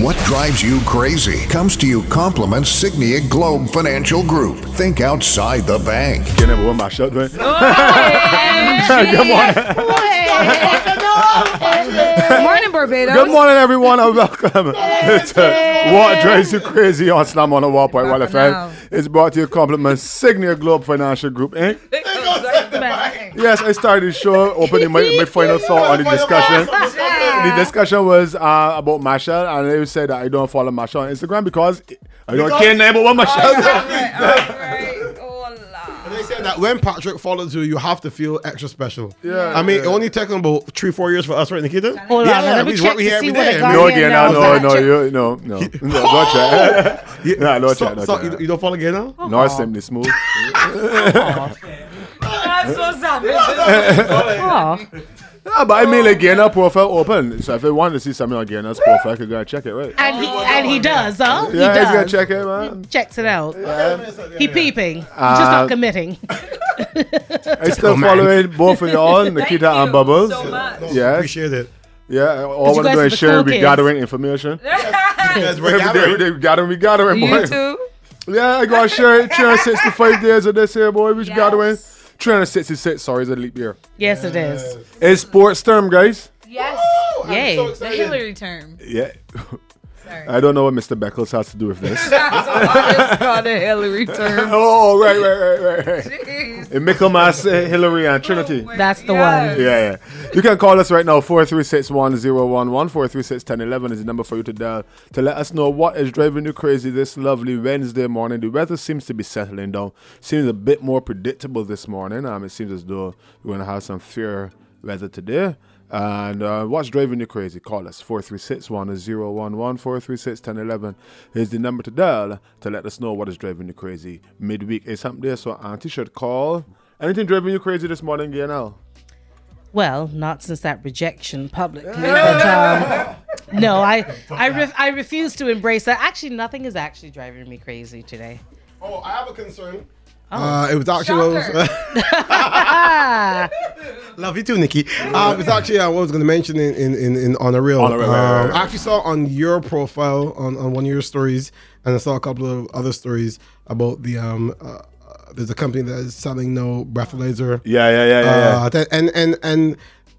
What drives you crazy comes to you compliments Signia Globe Financial Group. Think outside the bank. Can never wear my shirt, man. Good morning. morning, Barbados. Good morning, everyone, and welcome to What Drives You Crazy on Slam on the Wall Point Wall now. FM. It's brought to you compliments Signia Globe Financial Group, Inc. Yes, I started the show opening my, my final thought on the discussion. The discussion was uh, about Masha, and they said that I don't follow Masha on Instagram because I don't care name about Masha. They said that when Patrick follows you, you have to feel extra special. Yeah, I mean, it only took him about three, four years for us, right, Nikita? Hold on, let me we check work- we to here see every what I day. got. No, Yeah, again, no, no, it's no, not- you, no, no, no, don't check. Yeah, Nah, no, stop, check, no, stop. check. You, you don't follow again now? No, it's simply smooth. Aw. Yeah, but I mean, like, Guyana profile open. So if they want to see something on Guyana's profile, I could go and check it, right? And he, and he does, huh? He Yeah, he's gonna does. check it, man. Checks it out. He peeping. He's just not Uh, committing. I still Oh, following both of y'all, Nikita and Bubbles. yeah, Appreciate it. yeah. All you we're guys doing are is the sharing, cool we kids. gathering information. That's Every day, right. we we gathering, we gathering, boy. You too. Yeah, I gotta share it. 365 days of this here, boy. We yes. gathering. 366, sorry, it's a leap year. Yes, it is. It's sports term, guys. Yes. Yay. The Hillary term. Yeah. I don't know what Mr. Beckles has to do with this. it's called the Hillary term. oh, right, right, right, right, right. In Michaelmas, uh, Hillary, and Trinity. That's the one. Yeah, yeah. You can call us right now, 436-1011. 436-1011 is the number for you to dial to let us know what is driving you crazy this lovely Wednesday morning. The weather seems to be settling down. Seems a bit more predictable this morning. Um, it seems as though we're going to have some fair weather today. And uh, what's driving you crazy? Call us 436-1011. 436-1011 is the number to dial to let us know what is driving you crazy. Midweek is hump day, so Auntie should call. Anything driving you crazy this morning, Gaynell? Well, not since that rejection publicly. But, um, no, I I, re- I refuse to embrace that. Actually, nothing is actually driving me crazy today. Oh, I have a concern. Uh, it was actually what I was, Shocker. love you too, Nikki. Uh, it was actually uh, what I was going to mention in in in, in on a real. On a real, right, right, Um, right. I actually saw on your profile on, on one of your stories, and I saw a couple of other stories about the um. Uh, there's a company that is selling no breathalyzer. Yeah, yeah, yeah, yeah. yeah. Uh, that, and and and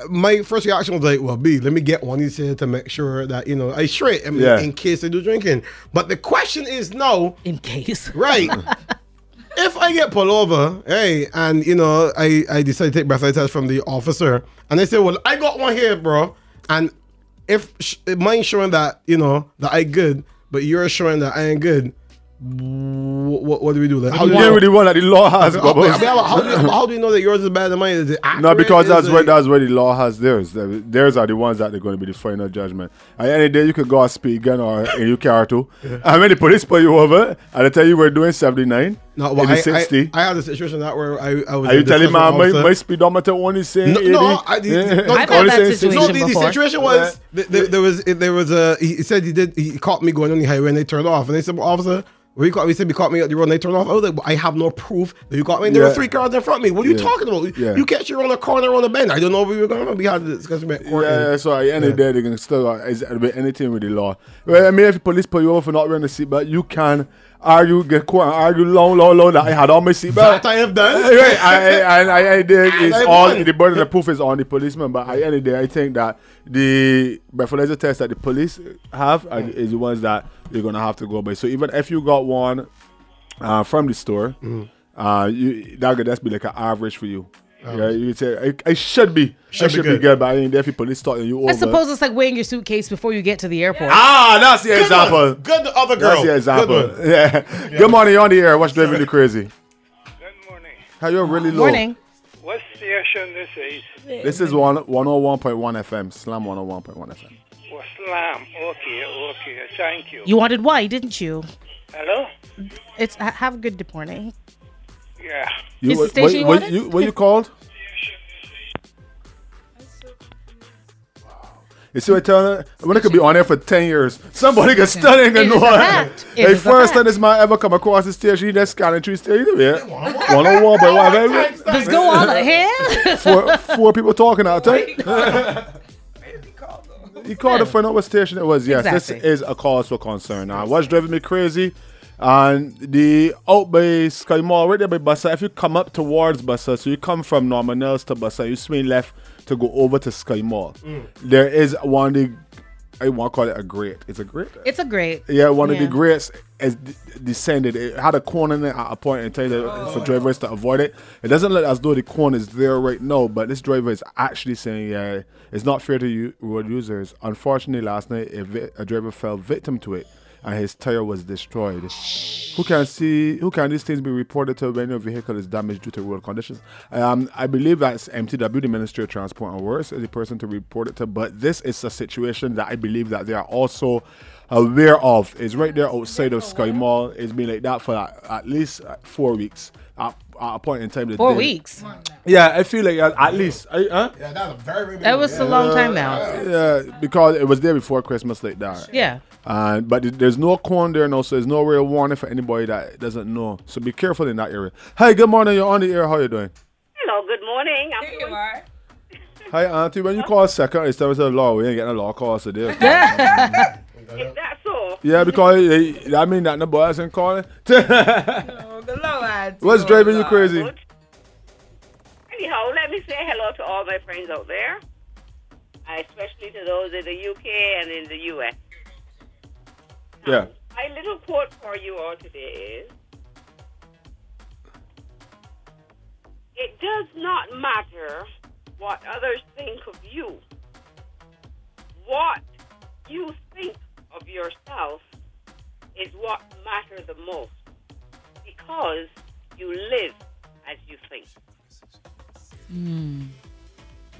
my first reaction was like, well, B, let me get one of these here to make sure that you know I straight I mean, Yeah. in case I do drinking. But the question is no, In case. right? if I get pulled over, hey, and you know I I decide to take breathalyzer test from the officer, and they say, well, I got one here, bro, and if sh- mine showing that you know that I good, but you're showing that I ain't good. What, what do we do? Like, how You do get we- with the one that the law has, how, Bubbles. how- how- how do you, how do you know that yours is better than mine? Is it accurate? No, because Is that's it- where that's where the law has theirs. The- Theirs are the ones that are going to be the final judgment. At any day, you could go and speed gun or a you car too. And when the police pull you over, and they tell you we're doing seventy nine, No, well, it I, is sixty. I, I had a situation that where I, I was. are in you telling discussion me my, with my officer. speedometer only saying No, 80? no, I- the- the- no, I've had Only that saying situation. No, the, the before? situation was th- th- there was it- there was a he he said he did he caught me going on the highway and they turned off and they said well, officer well, you caught me said you caught me at the road and they turned off I was like well, I have no proof that you caught me and there Yeah. were three cars in front of me what are you Yeah. talking about Yeah. you catch your on a corner on a bend I don't know where you were going we had a discussion about court Yeah, yeah, so at the end of the day, they can still uh, is with anything with the law. Well, I mean, if the police pull you over for not wearing a seatbelt, you can argue, get caught and argue long, long, long that I had on my seatbelt. that I have done Right, I, I, I, I, I did. It's Like all what? the burden of proof is on the policeman. But at the end of the day, I think that the breathalyzer test that the police have are, is the ones that you're gonna have to go by. So even if you got one uh, from the store, Mm-hmm. uh, you, that could just be like an average for you. Yeah, you could say I, I should be, I Should be should be good. good, but I ain't there if the police talking you over. I suppose it's like weighing your suitcase before you get to the airport. ah, that's the good example. one. good other That's girl the example. good one. Yeah. Good morning, you're on the air. What's driving you crazy? Good morning. How you're really low. Morning. What station this is? This is one 101.1 FM, Slam 101.1 FM. Oh, Slam. Okay, okay. Thank you. You wanted why, didn't you? Hello? It's ha- have a good morning. Yeah. You, Is the what- station you what, what, wanted? you, what you called? You see what I tell her? When it could be on there for 10 years, somebody can still ain't gonna It is know a it. fact. It The is a first fact. time this man ever come across the station, he just scanning through the station. Yeah. 101, but whatever. Just go all ahead. Four, four people talking out there. He called to find out what station it was. Yes, this Exactly. is a cause for concern. Now, what's driving me crazy? And the out by Sky Mall, right there by Bassa, if you come up towards Bassa, so you come from Norman Nels to Bassa, you swing left to go over to Sky Mall. There is one of the, I want to call it a great. It's a great? It's a great. Yeah, one of the Yeah. grits has d- descended. It had a corn in it at a point in time that- for drivers to avoid it. It doesn't look as though the corn is there right now, but this driver is actually saying, yeah, it's not fair to you road users. Unfortunately, last night a, vi- a driver fell victim to it, and his tire was destroyed. Who can see? Who can these things be reported to when your vehicle is damaged due to road conditions? Um, I believe that's MTW, the Ministry of Transport and Works, is the person to report it to. But this is a situation that I believe that they are also aware of. It's right there outside of Sky Mall. It's been like that for at, at least uh, four weeks. At, at a point in time, that Four they- weeks. Yeah, I feel like at, at least. I, huh? Yeah, that's a very, That was a long time now. Yeah, because it was there before Christmas, like that. Yeah. Uh, but th- there's no corn there, no, so there's no real warning for anybody that doesn't know. So be careful in that area. Hi, good morning. You're on the air. How you doing? Hello, good morning. I'm you doing are. Hi, Auntie. When you call second instead of law, we ain't getting a law call today. is that so? yeah, because they, I mean that the boys ain't calling. Oh, the Lord. What's Oh, driving you Lord. crazy? Good. Anyhow, let me say hello to all my friends out there, uh, especially to those in the UK and in the US. Yeah. Um, My little quote for you all today is It does not matter what others think of you, what you think of yourself is what matters the most because you live as you think.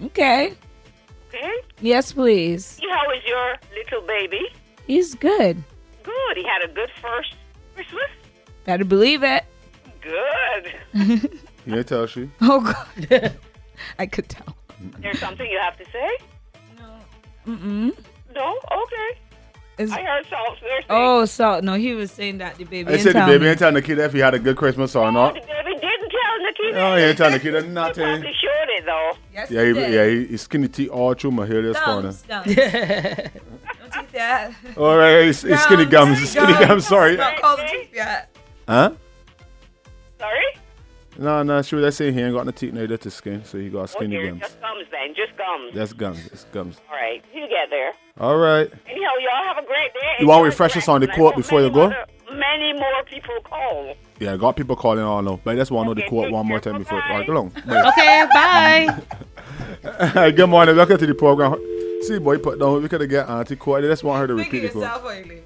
Okay. Okay? Yes, please. How is your little baby? He's good. Good. He had a good first Christmas. Better believe it. Good. You ain't tell she. Oh God. I could tell. There's something you have to say? Mm-mm. No? Okay. It's- I heard Salt Thursday. oh, so no, he was saying that the baby. I in said the town. baby ain't telling the kid if he had a good Christmas or Oh, not. the baby didn't tell Nikita. No, he ain't telling the kid He nothing. probably showed it, though. Yes, Yeah, he he, did. yeah, he, he skinny tea all through my hairless corner. Gums, gums. Don't eat that. All right, it's, it's Oh, skinny Gums, gums, skinny gums. gums. Sorry. Don't call the teeth yet. Huh? Sorry? No, no, sure. That's it. He ain't got no teeth neither to skin, so he got skinny okay, gums. just gums then. Just gums. That's gums. It's gums. All right. You get there. All right. Anyhow, y'all have a great day. You want Enjoy refreshers the on the rest. court I hope before you many go? other- Many more people call. Yeah, got people calling all now. But I just want to know the Okay, quote take one more care. time before. Bye-bye. All right, go long. Bye. Okay, bye. Hey, Good morning. Welcome to the program. See, boy, put down. We could have get Auntie quote. I just want her to Think repeat of the quote. yourself, Oily.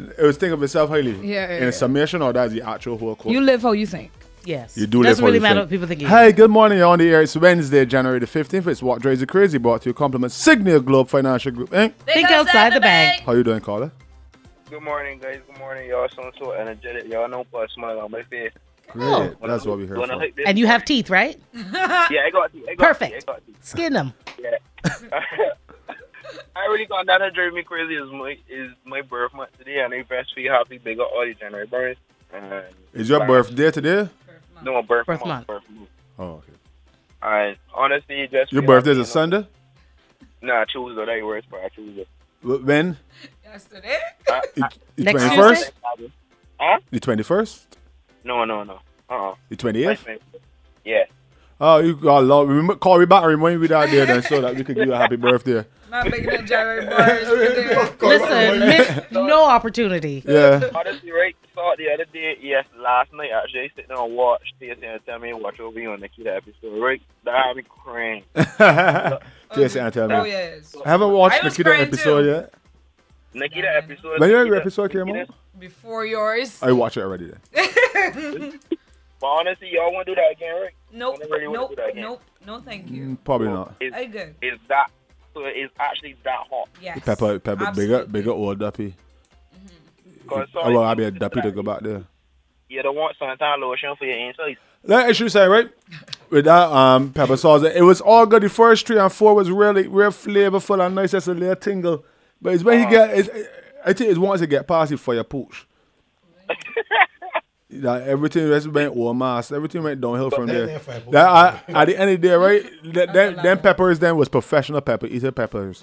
Yeah, it was think of itself, highly. yeah, In yeah. a summation, or that's the actual whole quote. You live how you think. Yes. You do live Doesn't how really you matter think. what people think. of you. Hey, good morning. You're on the air. It's Wednesday, January the 15th. It's What Drays Are Crazy, brought to you compliment Signia Globe Financial Group, Inc. Think outside the bank. How you doing, caller? Good morning, guys. Good morning. Y'all sound so energetic. Y'all know put a smile on my face. Great. That's what we heard. When I for. hit this- And you have teeth, right? Yeah, I got you. I got You, I Perfect. got you. Skin them. I really got that that drove me crazy is my is my birth month today, and they breastfeed happy. They got all the January birth. And Is your birthday today? No, my birth, Birth month. month. Birth month. Oh, okay. And honestly, just Your feel birthday is happy, a Sunday? you know. Nah, Tuesday. That ain't worse, but I choose it. Wh- When? Yesterday. The the Uh, Next 21st? Tuesday? Huh? The 21st? No, no, no. Uh uh The 28th? Yeah. Oh, you got love. Remember, call me back and remind me that day then so that we could give you a happy birthday. Not making a Jared bars today. Listen, miss no opportunity. Yeah. Honestly, right? Oh, Saw it the other day. Yes, last night actually. Sitting there and watch TSN and tell me watch over you on the kid episode. Right? That had me crying. Yes, and tell me. Oh yes. I haven't watched I the was Kid crying episode too. yet. Nikita episode. When your Nikita- episode came out? Nikita- Before yours. I watched it already then. But honestly, y'all want to do that again, right? Nope. I really wanna Nope. do that again. Nope. No, thank you. Mm, Probably not. Is I good. is that so? It's actually that hot. Yes. Pepper, Pepper, bigger, bigger old Duppy. Cause Oh, well, I'll be a Duppy to go back there. You don't want suntan lotion for your inside. That issue say right with that um pepper sauce. It was all good. The first three and four was really real flavorful and nice. That's a little tingle, but it's when you get. It's, I think it's once you get past it for your pooch. Like everything just went all mass. Everything went downhill from that there. ain't for a pooch. That I, at the end of the day, right? That, that, them peppers then was professional pepper eater peppers.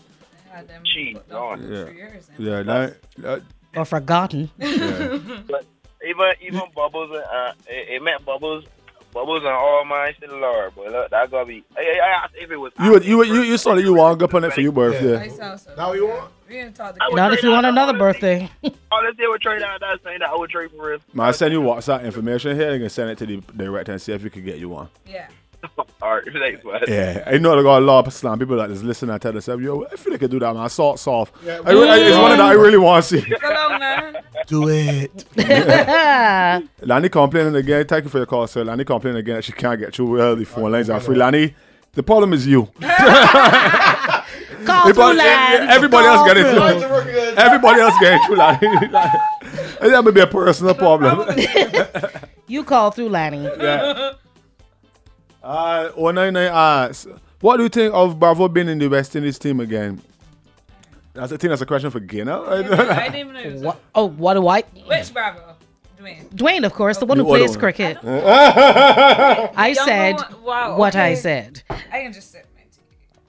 had them Gee, put down for Yeah. three years. and- Yeah, that, that or forgotten. But even even Bubbles, uh, it, it meant Bubbles, Bubbles and all mine still Lord, boy. Look, that gotta be. I, I asked if it was. you would, you would, you, you saw that you wound up on it for your I birthday. saw so. That what you want? We didn't talk I the would Not trade if you out want that another all the thing- birthday. All this they would trade out that thing that I would trade for real. Man, I send you WhatsApp information here. You can send it to the director and see if you can get you one. Yeah. All right, thanks, bud. Yeah, I know they got a lot of slam people that just listen and tell themselves, "Yo, I feel like I do that, man. I saw it soft. Yeah, I, re- I- it's one that I really want to see." Go long now. Do it. Uh, Lanny complaining again. Thank you for your call, sir. Lanny complaining again that she can't get through. Well, the phone lines are free. Lanny, the problem is you. Call Everybody- through line. everybody else Call got it through. too. Everybody else getting through, Lanny. Like, that may be a personal problem. You call through, Lanny. yeah. Uh, 199 asks, what do you think of Bravo being in the West Indies team again? That's, I think that's a question for Gina. I didn't even know. it was- What? Oh, what do I? Which Bravo? Dwayne. Dwayne, of course, the one who The other plays one. cricket. I Younger said one- wow, what I okay. said. I can just sit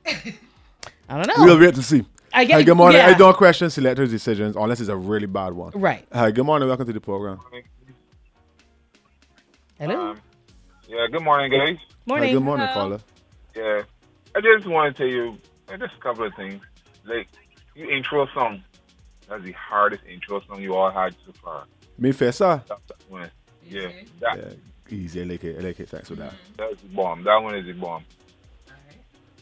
my tea. I don't know. we'll wait to see. I get Hi, good morning. yeah. I don't question selectors' decisions unless it's a really bad one. Right. Hi, good morning. Welcome to the program. Hello. Yeah, good morning, guys. Hi, morning. good morning, Hello. caller. Yeah, I just want to tell you uh, just a couple of things. Like, you intro song, that's the hardest intro song you all had so far. Me first, sir. That's that one. Yeah, Easy. that, Yeah, easy. I like it. I like it. Thanks for that. that's the bomb. That one is the bomb.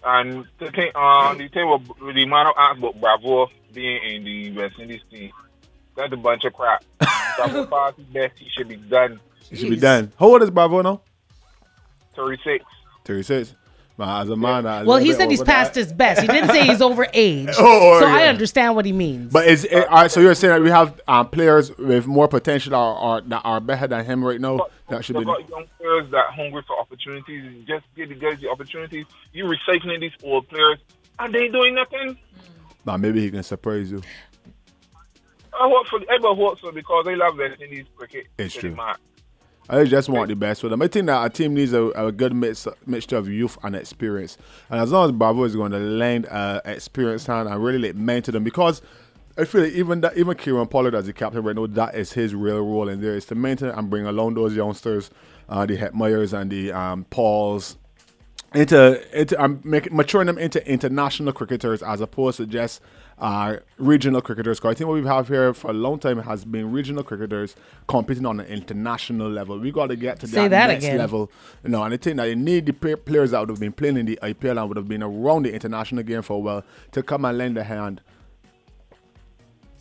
And the thing, uh, the thing with with the man who asked about Bravo being in the West Indies team, that's a bunch of crap. Bravo party best, he should be done. It should be done. How old is Bravo now? 36. 36. Man, as a man, I Well, love he it. said he's But past I- his best. He didn't say he's over age. Oh, so yeah. I understand what he means. But is it, all right, so you're saying that we have um, players with more potential or, or that are better than him right now that should They be. got young players that hungry for opportunities. Just give the guys the opportunities. You recycling these old players, and they doing nothing. Man, maybe he can surprise you. I hope for everybody hopes so because they love West Indies cricket. It's pretty true. much. I just want the best for them. I think that our team needs a, a good mix, mixture of youth and experience. And as long as Bravo is going to lend uh, experience hand and really like mentor them, because I feel like even that, even Kieran Pollard as the captain right now, that is his real role in there is to maintain and bring along those youngsters, uh, the Hetmeyers and the um, Pauls, into into um, make, maturing them into international cricketers as opposed to just uh, regional cricketers. 'Cause I think what we've had here for a long time has been regional cricketers competing on an international level. We got to get to Say that next again. level, you know. And I think that you need the play- players that would have been playing in the IPL and would have been around the international game for a while to come and lend a hand.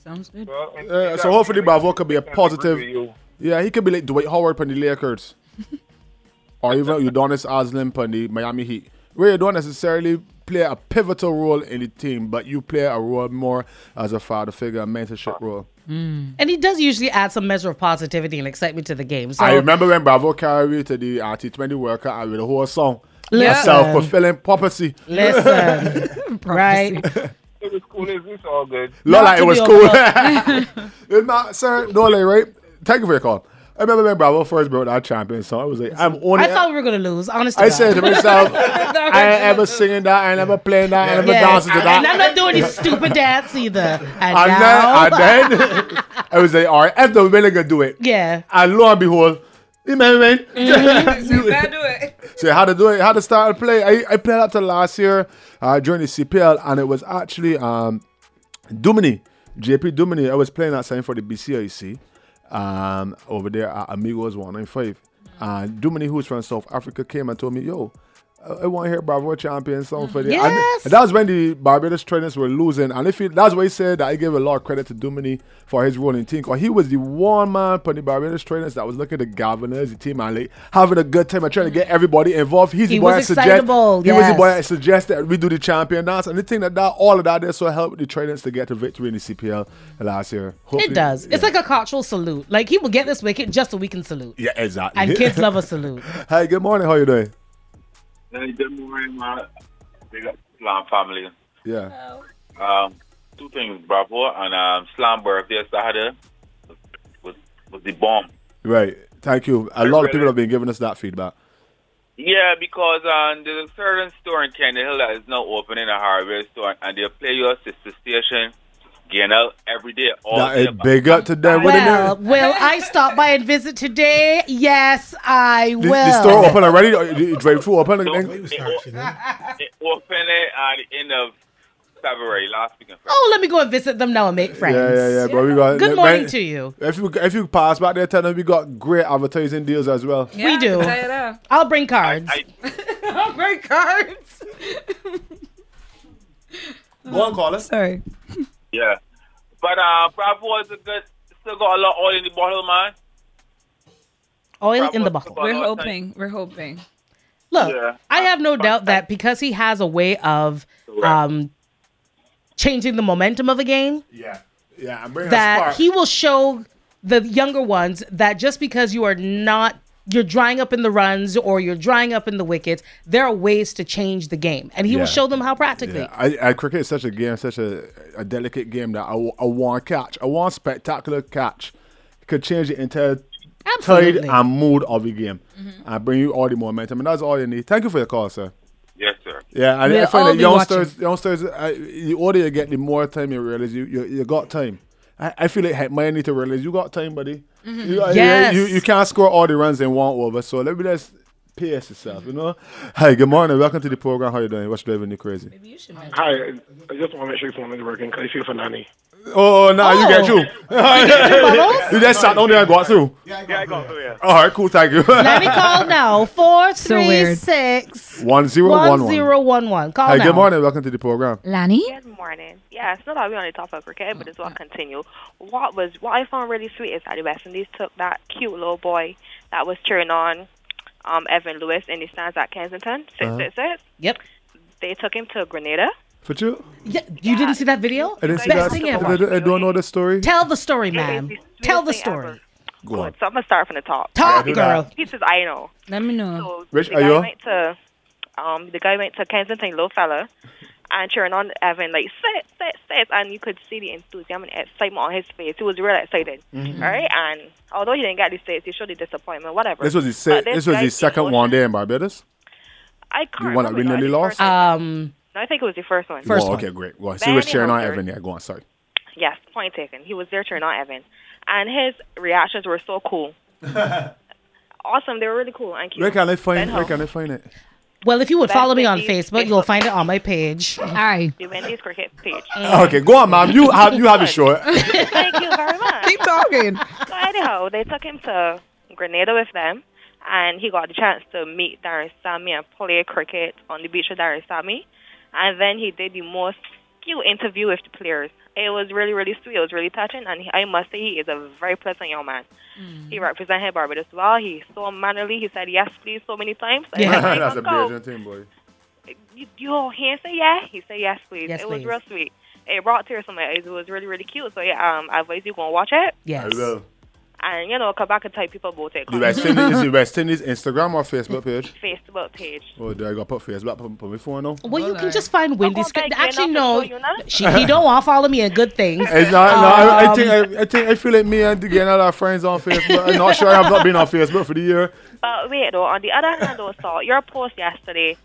Sounds good. Well, and- Uh, and so that- hopefully Bravo could be a I agree positive. with you. Yeah, he could be like Dwight Howard from the Lakers, or even Udonis Aslam from the Miami Heat, where you don't necessarily play a pivotal role in the team, but you play a role more as a father figure, a mentorship role. and he does usually add some measure of positivity and excitement to the game. So I remember when Bravo carried me to the RT20 World Cup and with a whole song. Listen. Self fulfilling prophecy. listen, right? It was cool. It's it's all good. Not Not like to it was be cool. It's not, sir, no, like, right? Thank you for your call. I remember when Bravo first broute that champion song. I was like, I'm only. I thought we were gonna lose. Honestly, I said to myself, I ain't ever singing that, I ain't ever playing that, I ain't ever dancing to and I'm that. not doing this stupid dance either. And, And now, then, and then I was like, all right, after we're really gonna do it. yeah, Mm-hmm. And lo and behold, you know what I mean? You better do it. So how to do it, how to start to play. I, I played up to last year uh, during the CPL, and it was actually um, Dumini, JP Dumini. I was playing that same for the BCIC um, over there at Amigos 195. And Dumini, who's from South Africa, came and told me, yo, I, I want to hear Bravo Champion song for the. and- Yes. and that was when the Barbados trainers were losing. And if he, that's why he said that I gave a lot of credit to Dumini for his role in team. Because he was the one man for the Barbados trainers that was looking to galvanize the team and like, having a good time and trying to get everybody involved. He's He the boy was that suggest- excitable, He was the boy yes. that suggested that we do the champion dance. And the thing that, that all of that there so helped the trainers to get the victory in the CPL last year. Hopefully- it does. It's yeah. like a cultural salute. Like he will get this wicket just so we can salute. yeah, exactly. And kids love a salute. Hi, good morning. How you doing? Hey, good morning, man. Big up Slam family. Yeah. Um, two things, Bravo and um, Slam birthday Saturday was, was was the bomb. Right. Thank you. A lot of people have been giving us that feedback. Yeah, because um, there's a certain store in Canada Hill that is now opening a hardware store, and they play your sister station, getting out every day. All That day is big up to them. What they Well, doing? will I stop by and visit today? Yes, I The, will. the store open already? Uh, The drive through open? again? They open it at the end of February, last week. in February. Oh, let me go and visit them now and make friends. Yeah, yeah, yeah. But we got Good morning man, to you. If you if you pass back there, tell them we got great advertising deals as well. Yeah, do. I'll tell you that. I'll bring cards. I- Oh, great cards. Go on, call us. Sorry. Yeah. But uh, Bravo is a good, still got a lot of oil in the bottle, man. Oil in Bravo the still bottle. got a We're lot of time. hoping. We're hoping. Look, Yeah. I have no doubt that because he has a way of um, changing the momentum of a game, Yeah, yeah. I'm bringing a that spark. he will show the younger ones that just because you are not you're drying up in the runs or you're drying up in the wickets, there are ways to change the game, and he Yeah. will show them how practically. Yeah, I, I cricket is such a game, such a, a delicate game that I, wa- I want catch. I want spectacular catch. It could change the entire tide Absolutely. Mm-hmm. and mood of the game. I bring you all the momentum, and that's all you need. Thank you for your call, sir. Yes, sir. Yeah, and We'll I all find that be youngsters, youngsters, uh, the older you get, the more time you realize you you, you got time. I, I feel like heck, man, need to realize you got time, buddy. You, got- you- Mm-hmm. Yes. you, you can't score all the runs in one over, so let me just pace yourself, you know. Hi, good morning, welcome to the program. How you doing? What's driving you crazy? Hi, I just want to make sure your phone is working because I feel for nanny. Oh, no, you get you. Bubbles? you just sat down there and got through. Yeah, I got to, yeah. All right, cool, thank you. Let me call now. Four three weird. six One zero one one one. zero one one. Call Hi, now. good morning, welcome to the program. Lanny? Good morning. Yeah, it's not that we're on the top of cricket, but it's Mm-hmm. what continue. What was what I found really sweet is that the West Indies took that cute little boy that was cheering on um, Evan Lewis in the stands at Kensington, six Uh-huh. six six. Yep. They took him to Grenada. For you? Yeah, you didn't see that video? I didn't see Best that. thing I ever. don't- I don't know the story. Tell the story, It is ma'am. the sweetest Tell the thing story. ever. Go on. Good. So I'm gonna start from the top. Talk, Yeah, do that. girl. Pieces I know. Let me know. So Rich, the are guy you on? went to um the guy went to Kensington little fella and cheering on Evan like sit, sit, sit and you could see the enthusiasm and excitement on his face. He was really excited. Mm-hmm. all right? And although he didn't get the states, he showed the disappointment, whatever. This was his, But se- this was guy his second emotion- one there in Barbados. I can't The one that remember, we nearly no, I think lost? first one. Um, no, I think it was the first one. First oh, one. okay, great. Go on. So But we're sharing on anyhow, Evan. Yeah, go on. Sorry. Yes, point taken. He was there cheering on Evan. And his reactions were so cool. awesome. They were really cool and cute. Where can I find? Then Where how- can I find it? well, if you would follow me on Benefit Facebook, is- you'll find it on my page. All right. The Wendy's cricket page. Um, Oh, Okay, go on, ma'am. You have you have it short. Thank you very much. Keep talking. So anyhow, they took him to Grenada with them, and he got the chance to meet Darusami and play cricket on the beach with Darusami. And then he did the most cute interview with the players. It was really, really sweet. It was really touching, and he, I must say he is a very pleasant young man. Mm-hmm. He represented Barbados well. He's so mannerly. He said yes, please, so many times. I Yeah. said, "Hey, That's a Uncle, Belgian thing, boy. you, you hear say yeah? He said yes, please. Yes, it was please. real sweet. It brought tears to my eyes. It was really, really cute. So yeah, um, I advise you go and watch it, Yes. and you know, come back and tell people about it. The West Indies, is the West Indies Instagram or Facebook page? Facebook page. Oh, there I got put Facebook on my phone now. Well, you can Alright. just find Wendy's. beg you Actually, not no. to show you none. She, he don't want to follow me in good things. It's not, no, I, I think I, I think I feel like me and getting all our friends on Facebook. I'm not sure I have not been on Facebook for the year. But wait, though, on the other hand, though, Salt, your post yesterday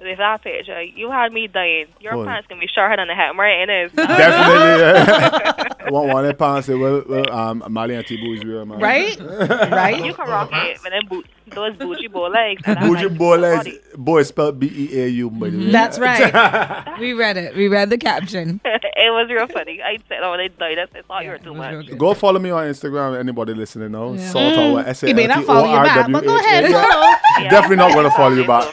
with that picture, you had me dying. Your What? pants can be shorter than a hammer, it is. Definitely. Yeah. I want one that pants say, well, well, um, Mali and Tibu is real, man. right? you Right? can rock it, but then boot, those bougie bow legs. and that's Oh Buju like boy, your legs- body. boy is spelled B E A U, by the way. Mm-hmm. That's right. We read it. We read the caption. it was real funny. I said, oh, they died. I thought you were too It was real much. good. Go follow me on Instagram. Anybody listening now? Yeah. Salt Tower. S A He L may T not O follow Mm. you R back, W but go H ahead. A. Hello. Yeah. Definitely not gonna follow you back.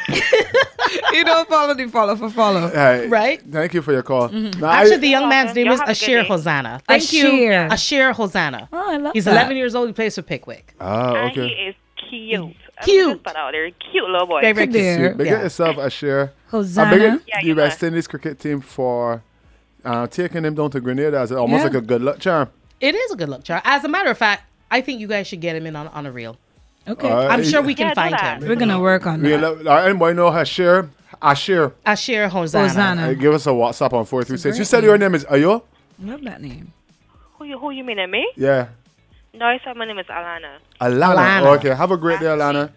You don't follow the follow for follow. Hey, Right? Mm-hmm. Thank you for your call. Now, I- Actually, the young man's welcome. name Y'all is have a good Ashir day. Hosanna. Thank Ashir. you. Ashir Hosanna. Oh, I love He's that. 11 years old. He plays for Pickwick. ah, And he okay. is cute. I mean, Cute. just put out there, cute little boy. Very, very cute. There. Big Yeah. it yourself a share. I big Hosanna. it Yeah, the you West know. Indies cricket team for uh, taking him down to Grenada as almost Yeah. like a good luck charm. It is a good look, Char. As a matter of fact, I think you guys should get him in on, on a reel. Okay. Uh, I'm sure we Yeah, can do find that. him. We're going to work on We that. love, uh, anybody know Ashir? Ashir. Ashir Hosanna. Hosanna. Uh, give us a WhatsApp on 436. It's a You great said your name is Ayo? Love that name. Who you, who you meaning, me? Yeah. No, I said my name is Alana. Alana. Alana. Okay. Have a great day, Alana.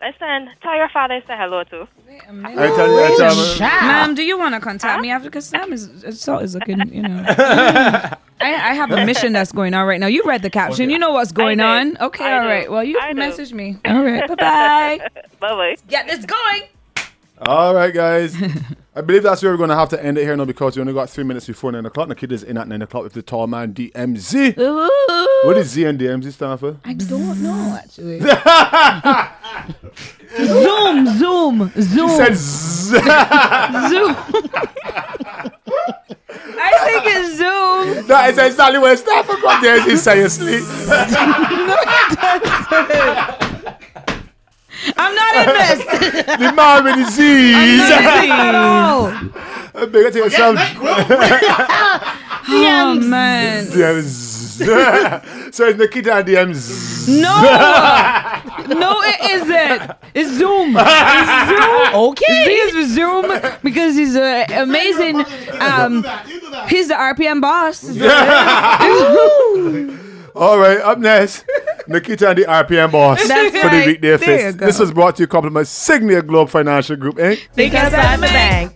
Listen, tell your father I said hello to. Wait a I minute. tell you, I tell you. Ma'am, do you want to contact me after? Because Sam is is so is looking, you know. I, I have a mission that's going on right now. You read the caption. You know what's going do. on. Okay, I all do. right. Well, you I do. message me. All right. Bye bye. Bye bye. Get this going. All right, guys. I believe that's where we're going to have to end it here now because we only got three minutes before 9 o'clock. Nikita is in at 9 o'clock with the tall man DMZ. What is Z and DMZ stand for? I don't know actually. zoom, zoom, Oh. zoom, Said Z. zoom. I think it's zoom. that is exactly what it stand for. God, there's this seriously. I'm not in this. The man with the Z's. Not at all. Big up to yourself. Oh man. DMZ. so it's Nikita and DMZ. No. No, it isn't. It's Zoom. It's Zoom. Okay. This is Zoom because he's a amazing. Um, he's the RPM boss. All right, up next, Nikita and the RPM boss That's for the right. weekday There you fest. This go. was brought to you compliment Signia Globe Financial Group, eh? Inc. Think outside the bank.